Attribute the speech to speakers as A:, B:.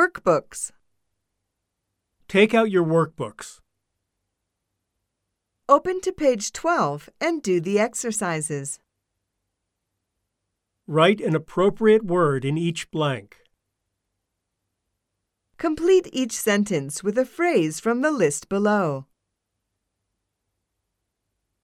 A: Workbooks.
B: Take out your workbooks.
A: Open to page 12 and do the exercises.
B: Write an appropriate word in each blank.
A: Complete each sentence with a phrase from the list below.